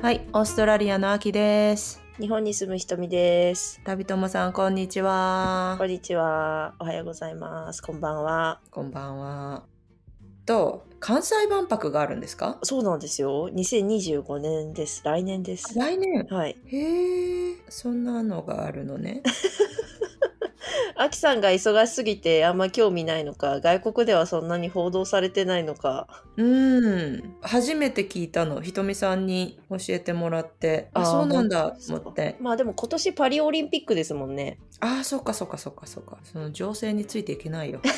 はい、オーストラリアの秋です。日本に住むひとみです。旅友さん、こんにちはこ。んにちは。おはようございます。こんばんは。こんばんは。と、関西万博があるんですかそうなんですよ。2025年です。来年です。来年。はい。へえ、そんなのがあるの ね。あきさんが忙しすぎてあんま興味ないのか、外国ではそんなに報道されてないのか。うん、初めて聞いたの、ひとみさんに教えてもらって、あ、あーそうなんだ本当でとすか思って。まあでも今年パリオリンピックですもんね。ああ、そっかそっかそっかそっか。その情勢についていけないよ。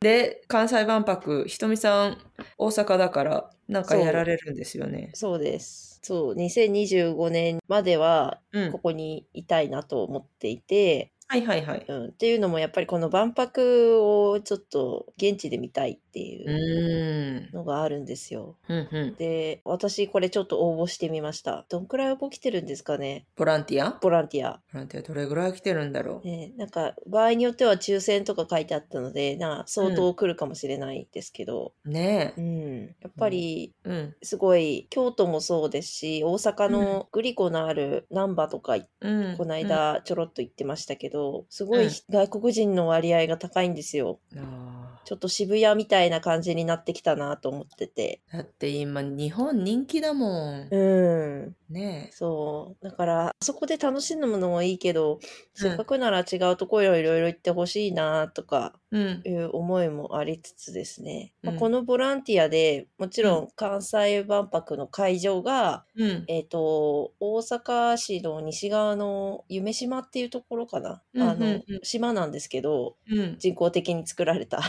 で、関西万博、ひとみさん、大阪だから、なんかそうやられるんですよね。そうです。そう、2025年まではうんこ。こにいたいなと思っていて、はいはいはい。うん、っていうのもやっぱりこの万博をちょっと現地で見たいっていううーん。のがあるんですよ。うんうん。で、私これちょっと応募してみました。どんくらい応募来てるんですかねボランティアボボランティア。ランティアどれぐらい来てるんだろう。ね、なんか、場合によっては抽選とか書いてあったので、な相当来るかもしれないですけど、ねうえ。ん。やっぱり、うん。すごい、京都もそうですし、大阪のグリコのある難波とか、うん。このうん。あ間ちょろっと行ってましたけど、すごういん外国人の割合が高いんですよ。あちょっと渋谷みたいな感じになってきたなと思ってて。だって今、日本人気だもん。うん。ねそう。だから、あそこで楽しむのもいいけど、せっかえ。くなら違うところいろいろ行ってほしいなとかうん。いう思いもありつつですね。まあうんこのボランティアでもちろん関西万博の会場が、うん。えっ、と、大阪市の西側の夢島っていうところかな。うんうんうんあの、島なんですけど、うん。人工的に作られた。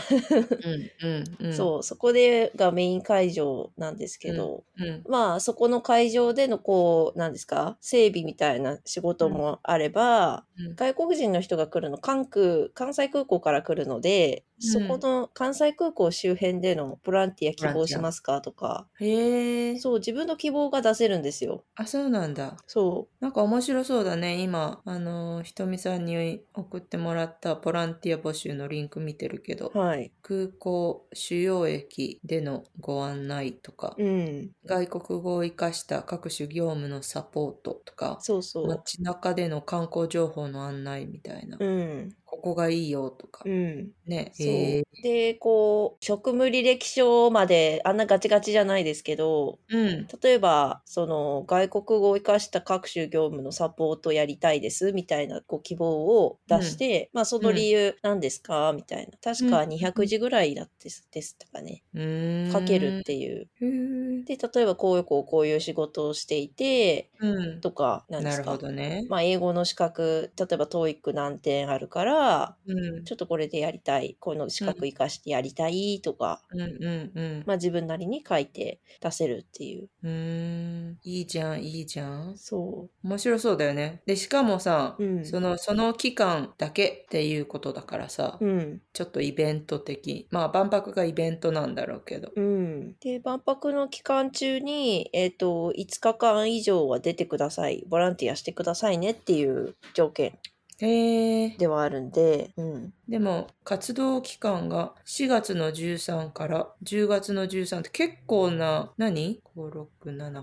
うん。うん。そう、そこでがメイン会場なんですけど、うん。まあそこの会場でのこう何ですか整備みたいな仕事もあれば、うんうん外国人の人が来るの関空関西空港から来るので、うんそこの関西空港周辺でのボランティア希望しますかとかへえ。そう自分の希望が出せるんですよ。あ、そうなんだ。そなんか面白そうだね。今、あのー、ひとみさんに送ってもらったボランティア募集のリンク見てるけどう、はい、空港、主要駅でのご案内とか、うん、外国語を活かした各種業務のサポートとか、そうそう、街中での観光情報の案内みたいな、うん、ここがいいよとか、うん、ね。そうへえ。でこう職務履歴書まであんなガチガチじゃないですけどうん。例えばその外国語を生かした各種業務のサポートやりたいですみたいなご希望を出して、まあその理由何ですかみたいな確かうん200字ぐらいだってすですとかねうーん。書けるっていう。へーで例えばこういうこうこういう仕事をしていてうん。とか何でなするかほどね。まあ、英語の資格例えば TOEIC 何点あるからうん。ちょっとこれでやりたいこの資格生かしてやりたいとか、うんうんうん。まあ、自分なりに書いて出せるっていううーん、いいじゃん、いいじゃん。そ面白そうだよね。で、しかもさ、うんその、その期間だけっていうことだからさ、ううんちょっとイベント的。まあ、万博がイベントなんだろうけど。うん、で万博の期間中に、えー、と5日間以上は出てくださいボランティアしてくださいねっていう条件へえ。ではあるんで、うん、でも、活動期間が4月の13から10月の13って結構な、何 ?5、6、7、8、9、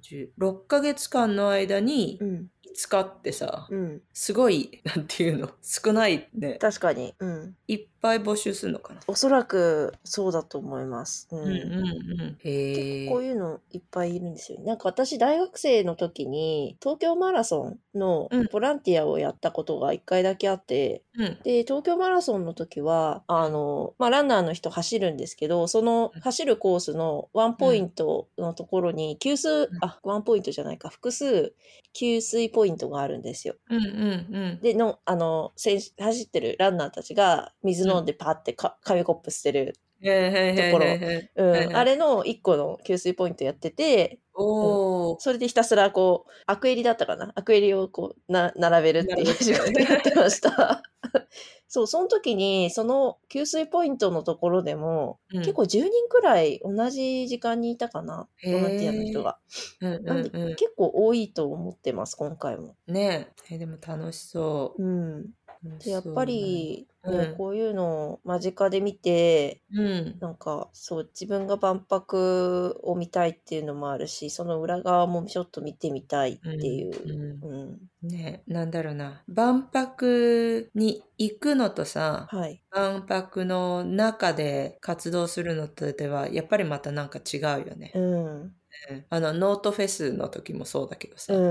10。6ヶ月間の間にうん5日ってさ、うん、すごい、なんていうの少ないね。確かに、うん、いっぱい募集するのかな。おそらくそうだと思います、うんうんうんうん。へえ。こういうのいっぱいいるんですよねなんか私大学生の時に東京マラソンのうんボランティアをやったことが1回だけあって、うん。で、東京マラソンの時は、あの、まあ、ランナーの人走るんですけど、そのうん走るコースのワンポイントのところに、給水、あ、ワンポイントじゃないか、複数、給水ポイントがあるんですよ。うんうんうん。で、の、あの、選手、走ってるランナーたちが、水飲んでパってか、紙コップ捨てる。とところろ。うはいはいん。あれの1個の給水ポイントやってて、おお。それでひたすらこう、アクエリだったかなアクエリをこう、な、並べるっていう仕事をやってました。 そう、その時に、その給水ポイントのところでも、結構10人くらい同じ時間にいたかな、ボへーランティアの人が。うんなんで、うんうん結構多いと思ってます、今回も。ねええでも楽しそううん。うでやっぱり、ねこういうのを間近で見てそうね、うん、なんかそう自分が万博を見たいっていうのもあるしその裏側もちょっと見てみたいっていう、うんうんね、なんだろうな。万博に行くのとさ、はい万博の中で活動するのとでは、やっぱりまたなんか違うよね。うんあの、ノートフェスの時もそうだけどさ、うんう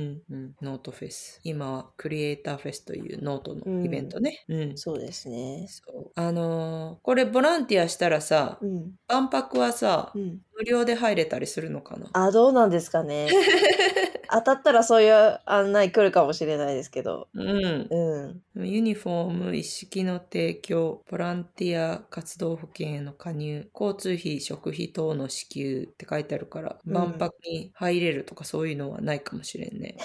んうんノートフェス。今はクリエイターフェスというノートのイベントね。うんそうですねそうあのーこれボランティアしたらさ、うん万博はさ、うん無料で入れたりするのかなあどうなんですか ね当たったらそういう案内来るかもしれないですけどうん。うんユニフォーム一式の提供、ボランティア活動保険への加入、交通費、食費等の支給って書いてあるから、うん万博に入れるとかそういうのはないかもしれんね。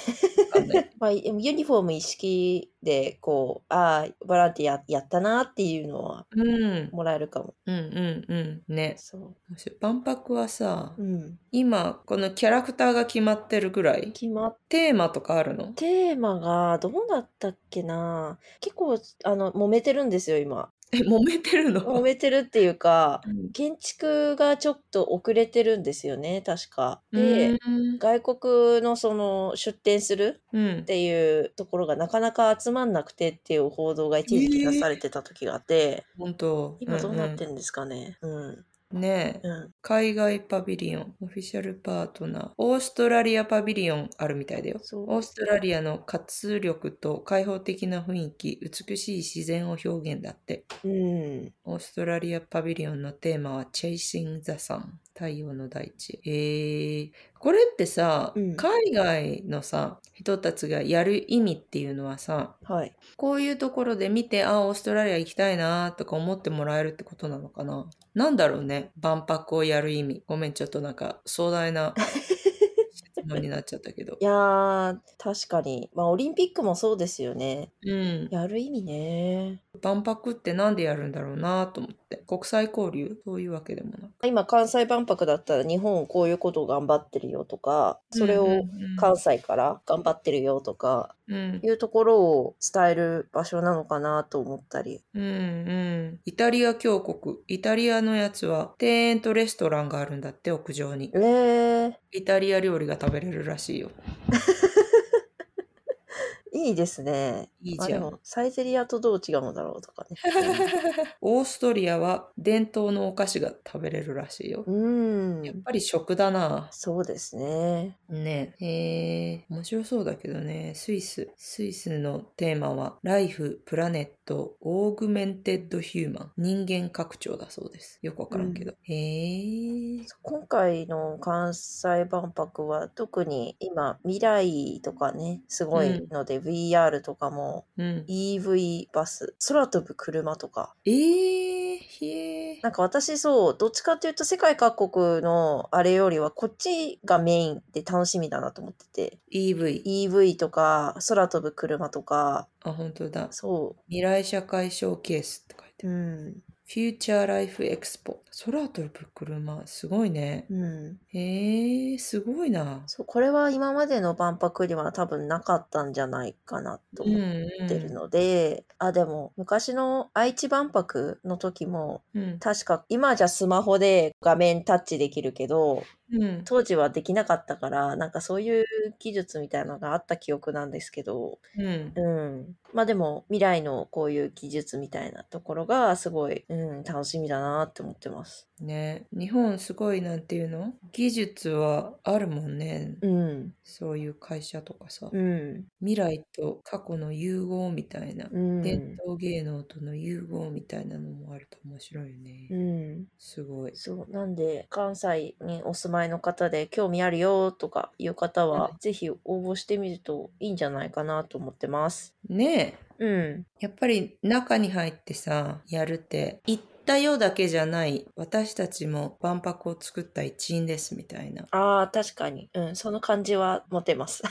わかんないまあ、でもユニフォーム一式でこうああボランティアやったなっていうのはうん、もらえるかもうん、うん、うん。ね。そ万博はさう、、うん、今、このキャラクターが決まってるぐらい、決まっテーマとかあるのテーマがどうだったっけな結構あの揉めてるんですよ今 え、揉めてるの揉めてるっていうかうん建築がちょっと遅れてるんですよね確かでうん外国のその出展するうんっ。ていうところがなかなか集まんなくてっていう報道が一時期出されてた時があって、本当。今どうなってんんですかねうんうんねえ。うん海外パビリオン、オフィシャルパートナー、オーストラリアパビリオンあるみたいだよ。そうオーストラリアの活力と開放的な雰囲気、美しい自然を表現だって。うんオーストラリアパビリオンのテーマは Chasing the Sun 太陽の大地。えー、これってさ、うん海外のさ、人たちがやる意味っていうのはさ、はいこういうところで見て、あ、オーストラリア行きたいなとか思ってもらえるってことなのかななんだろうね、万博をやる意味。ごめん、ちょっとなんか壮大な質問になっちゃったけど い。やー確かにまあオリンピックもそうですよねうん。やる意味ね万博ってなんでやるんだろうなと思って。国際交流そういうわけでもなく。今関西万博だったら日本こういうことを頑張ってるよとかそれうんうをんうん関西から頑張ってるよとかうんいうところを伝える場所なのかなと思ったりうんうん。イタリア峡谷。イタリアのやつは庭園とレストランがあるんだって、屋上にえ。ー、イタリア料理が食べれるらしいよ。いいですねいいあじでゃん。もサイゼリアとどう違うのだろうとか ねオーストリアは伝統のお菓子が食べれるらしいよ。うんやっぱり食だな。そうですねねえ。へえ、面白そうだけどね。スイス。スイスのテーマは、ライフ、プラネット、オーグメンテッドヒューマン、人間拡張だそうです。よくわからんけど。へえ。今回の関西万博は特に今未来とかねすごいので、VR とかもうん。 EV バス空飛ぶ車とかええ、へえ。なんか私そうどっちかっていうと世界各国のあれよりはこっちがメインで楽しみだなと思ってて EV。 EV とか空飛ぶ車とかあ、本当だ。そ未来社会ショーケースって書いてうある。うんフューチャーライフエクスポ。空飛ぶ車。すごいね。うんへえ、すごいな。そうこれは今までの万博には多分なかったんじゃないかなとうん思っうん。てるので、あでも昔の愛知万博の時もうん。確か今じゃスマホで画面タッチできるけどうん。当時はできなかったからなんかそういう技術みたいなのがあった記憶なんですけど、うんう。ん、まあでも未来のこういう技術みたいなところがすごい、うん、楽しみだなって思ってます。ね、日本すごいなんていうの技術はあるもんね。うん、そういう会社とかさ。うん、未来と過去の融合みたいな。うん、伝統芸能との融合みたいなのもあると面白いよね。うんすごい。そうなんで関西にお住まいの方で興味あるよとかいう方は、ぜひ応募してみるといいんじゃないかなと思ってます。ねえ。うん、。やっぱり中に入ってさ、やるって、行っったよだけじゃない、私たちも万博を作った一員ですみたいな ああ、確かに。うん、その感じは持てます。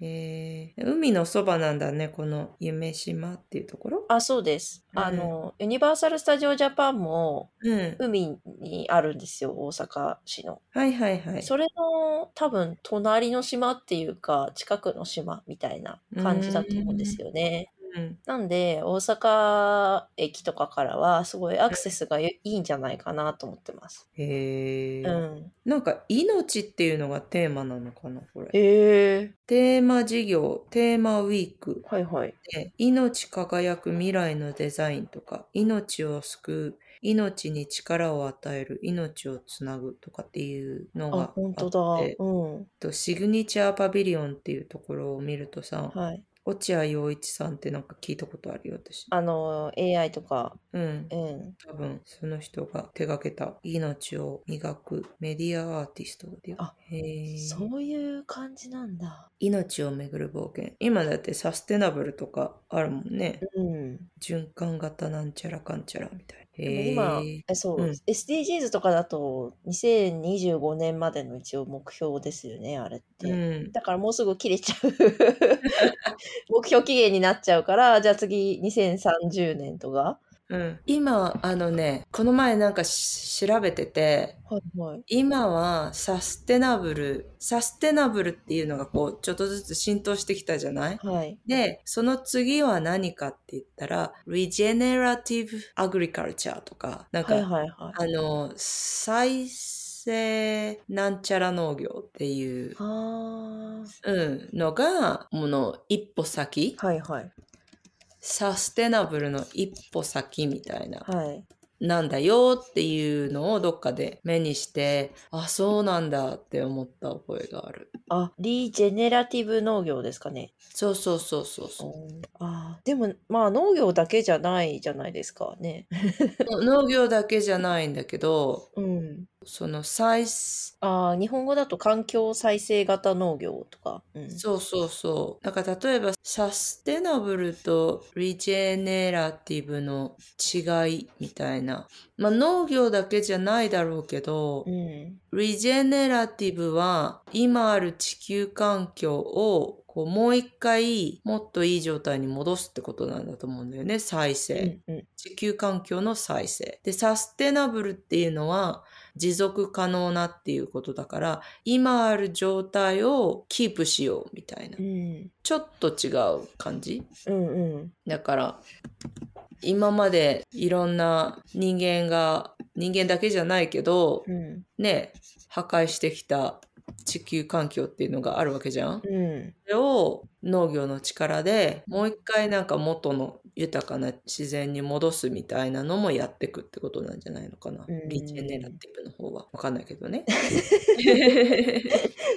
えー海のそばなんだね、この夢島っていうところ。 あ、そうです。うんあの、ユニバーサル・スタジオ・ジャパンもうん。海にあるんですよ、大阪市の。はいはいはい。それの多分、隣の島っていうか、近くの島みたいな感じだと思うんですよね。うんなんで、大阪駅とかからは、すごいアクセスがいいんじゃないかなと思ってます。へえ、うん。なんか命っていうのがテーマなのかなこれへえテーマ事業テーマウィークはいはい。で命輝く未来のデザインとか命を救う命に力を与える命をつなぐとかっていうのがああ、って本当だ。うん。とシグニチャーパビリオンっていうところを見るとさはい。落合陽一さんってなんか聞いたことあるよ私あの、AI とか、うんうん。多分その人が手がけた命を磨くメディアアーティストっていうあへーそういう感じなんだ。命をめぐる冒険今だってサステナブルとかあるもんねうん。循環型なんちゃらかんちゃらみたいなでも今、えそう、うん SDGs とかだと2025年までの一応目標ですよねあれって、うんだからもうすぐ切れちゃ う目標期限になっちゃうからじゃあ次2030年とかうん、今あのねこの前なんかし調べててはいはい今はサステナブルサステナブルっていうのがこうちょっとずつ浸透してきたじゃないはいで、その次は何かって言ったら、regenerative agriculture とか、なんか、はいはいはいあの、再生なんちゃら農業っていう、あうん、のが、もの一歩先、ーはいはいサステナブルの一歩先みたいな、はいなんだよっていうのをどっかで目にして、あ、そうなんだって思った覚えがある。あリジェネラティブ農業ですかねそうそうそうそうそう。あーでもまあ農業だけじゃないじゃないですかね農業だけじゃないんだけど、うんその再生、あー日本語だと環境再生型農業とか、うん、そうそうそう。だから例えばサステナブルとリジェネラティブの違いみたいな。まあ農業だけじゃないだろうけどう、ん。リジェネラティブは今ある地球環境をこうもう一回もっといい状態に戻すってことなんだと思うんだよね。再生。うん地球環境の再生。で、サステナブルっていうのは持続可能なっていうことだから、今ある状態をキープしようみたいなう。ん。ちょっと違う感じうんうん。だから、今までいろんな人間が、人間だけじゃないけど、うん。ね、破壊してきた地球環境っていうのがあるわけじゃん。うん。それを農業の力でもう一回なんか元の豊かな自然に戻すみたいなのもやっていくってことなんじゃないのかな。うんリジェネラティブの方は。わかんないけど ね。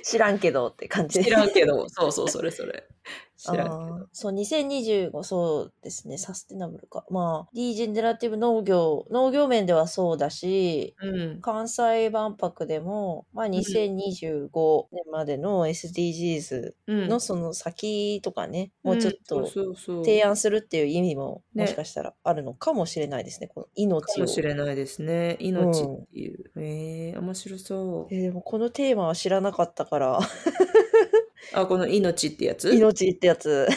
知らんけどって感じ知 らんけど、そうそう、それそれ。知らんけあーど。そう、2025、そうですね、サステナブルか。まあ、リージェネラティブ農業、農業面ではそうだし、うん。関西万博でも、まあ、2025年までの SDGs うん、のその先とかね、もうちょっんとそうそうそう提案するっていう意味も、ねもしかしたらあるのかもしれないですね、このか命をも。しれないですね。命っていう。えー、面白そえーでもこのテーマは知らなかったから、う。あ、この命ってやつ命ってやつ。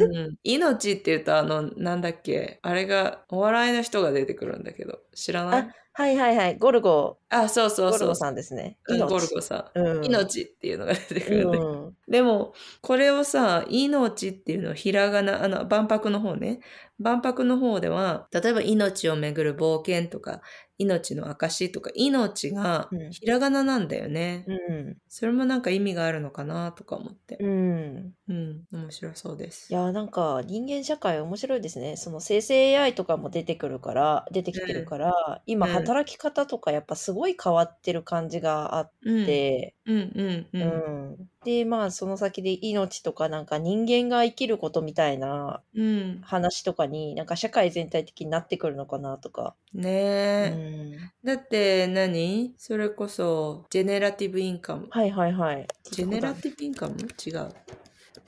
うん、命って言うとあのなんだっけあれがお笑いの人が出てくるんだけど知らないはいはいはい、ゴルゴ、あそうそうゴルそうゴさんですね。うんゴル命。ゴさうんん。命っていうのが出てくるんだけど、うん。でもこれをさ命っていうのをひらがなあの万博の方ね万博の方では例えば命をめぐる冒険とか命の証とか命がうんひらがななんだよね、うん。それもなんか意味があるのかなとか思ってうん。うん面白そうですいやーなんか人間社会面白いですね。その生成 AI とかも出てくるから、出てきてるから、今うん働き方とかやっぱすごい変わってる感じがあっうんて、うんうんう、うんん。で、まあその先で命とかなんか人間が生きることみたいなうん、話とかになんか社会全体的になってくるのかなとか。ねうえ、ん。だって何それこそジェネラティブインカムはいはいはい。ジェネラティブインカム違う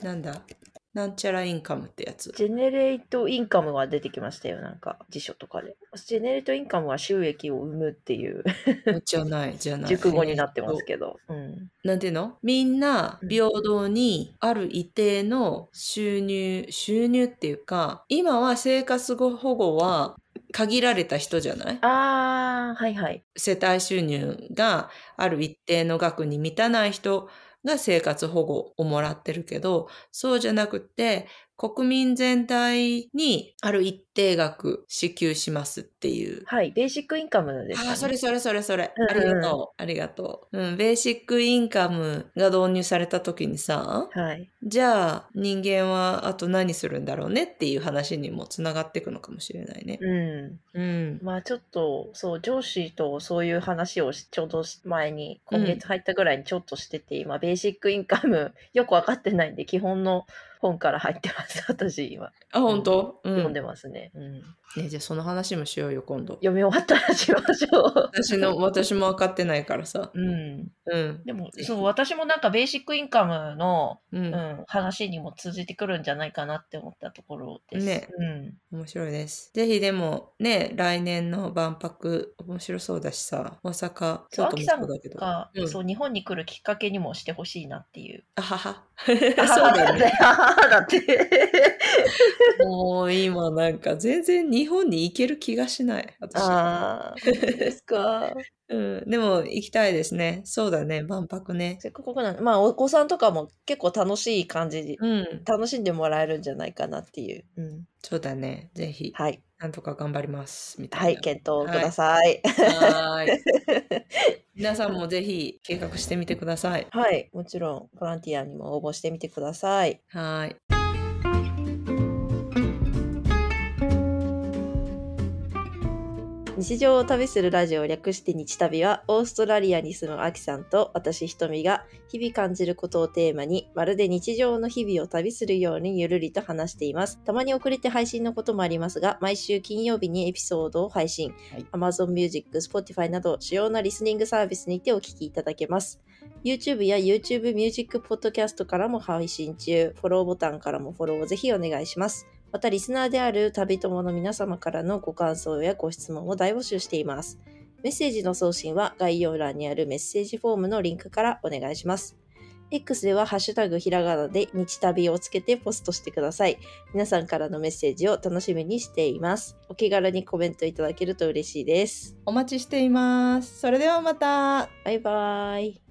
なんだなんちゃらインカムってやつ。ジェネレートインカムは出てきましたよ、なんか辞書とかで。ジェネレートインカムは収益を生むっていう じゃない、じゃない。熟語になってますけど。うん。なんていうのみんな平等にある一定の収入、収入っていうか、今は生活保護は限られた人じゃないあー、はいはい。世帯収入がある一定の額に満たない人が生活保護をもらってるけど、そうじゃなくて、国民全体にある一定額支給しますっていう。はい。ベーシックインカムでした、ね。ああ、それそれそれそれうん。ありがとう。ありがとう。うん、ベーシックインカムが導入された時にさ、はい。じゃあ人間はあと何するんだろうねっていう話にもつながっていくのかもしれないね。ううん。ん。まあちょっと、そう、上司とそういう話をしちょうどし前に、今月入ったぐらいにちょっとしてて、今、ベーシックインカム、 よくわかってないんで、基本の本から入ってます、私、今、あ、本当う読んん。でますね。うん。ね、じゃあその話もしようよ、今度。読み終わったらしましょう。私の、私も分かってないからさ。うん。うん。でもぜ、ひそう、私もなんか、ベーシックインカムの、う。うんん、話にも通じてくるんじゃないかなって思ったところです。ねうん。面白いです。ぜひでも、ね、来年の万博、面白そうだしさ、大阪、そ京都う、秋もさそんうだけど。あが、うんそう、日本に来るきっかけにもしてほしいなっていう。はは。 そうだよね。ね。 だって。 もう今なんか全然日本に行ける気がしない、私。ああ、そうですか。うん、でも行きたいですね。そうだね、万博ね。せっかくなんで、まあ、お子さんとかも結構楽しい感じで、うん、楽しんでもらえるんじゃないかなっていう。うん、そうだね。ぜひ、はい。なんとか頑張ります。みたはいい、な。検討ください。は ーい。皆さんもぜひ計画してみてください。はい、もちろん、ボランティアにも応募してみてください。はーい。日常を旅するラジオを略して日旅はオーストラリアに住むアキさんと私ひとみが日々感じることをテーマにまるで日常の日々を旅するようにゆるりと話していますたまに遅れて配信のこともありますが毎週金曜日にエピソードを配信、はい Amazon Music、Spotify など主要なリスニングサービスにてお聞きいただけます YouTube や YouTube Music Podcast からも配信中フォローボタンからもフォローをぜひお願いしますまたリスナーである旅友の皆様からのご感想やご質問を大募集しています。メッセージの送信は概要欄にあるメッセージフォームのリンクからお願いします。X ではハッシュタグひらがなで日旅をつけてポストしてください。皆さんからのメッセージを楽しみにしています。お気軽にコメントいただけると嬉しいです。お待ちしています。それではまた。バイバイ。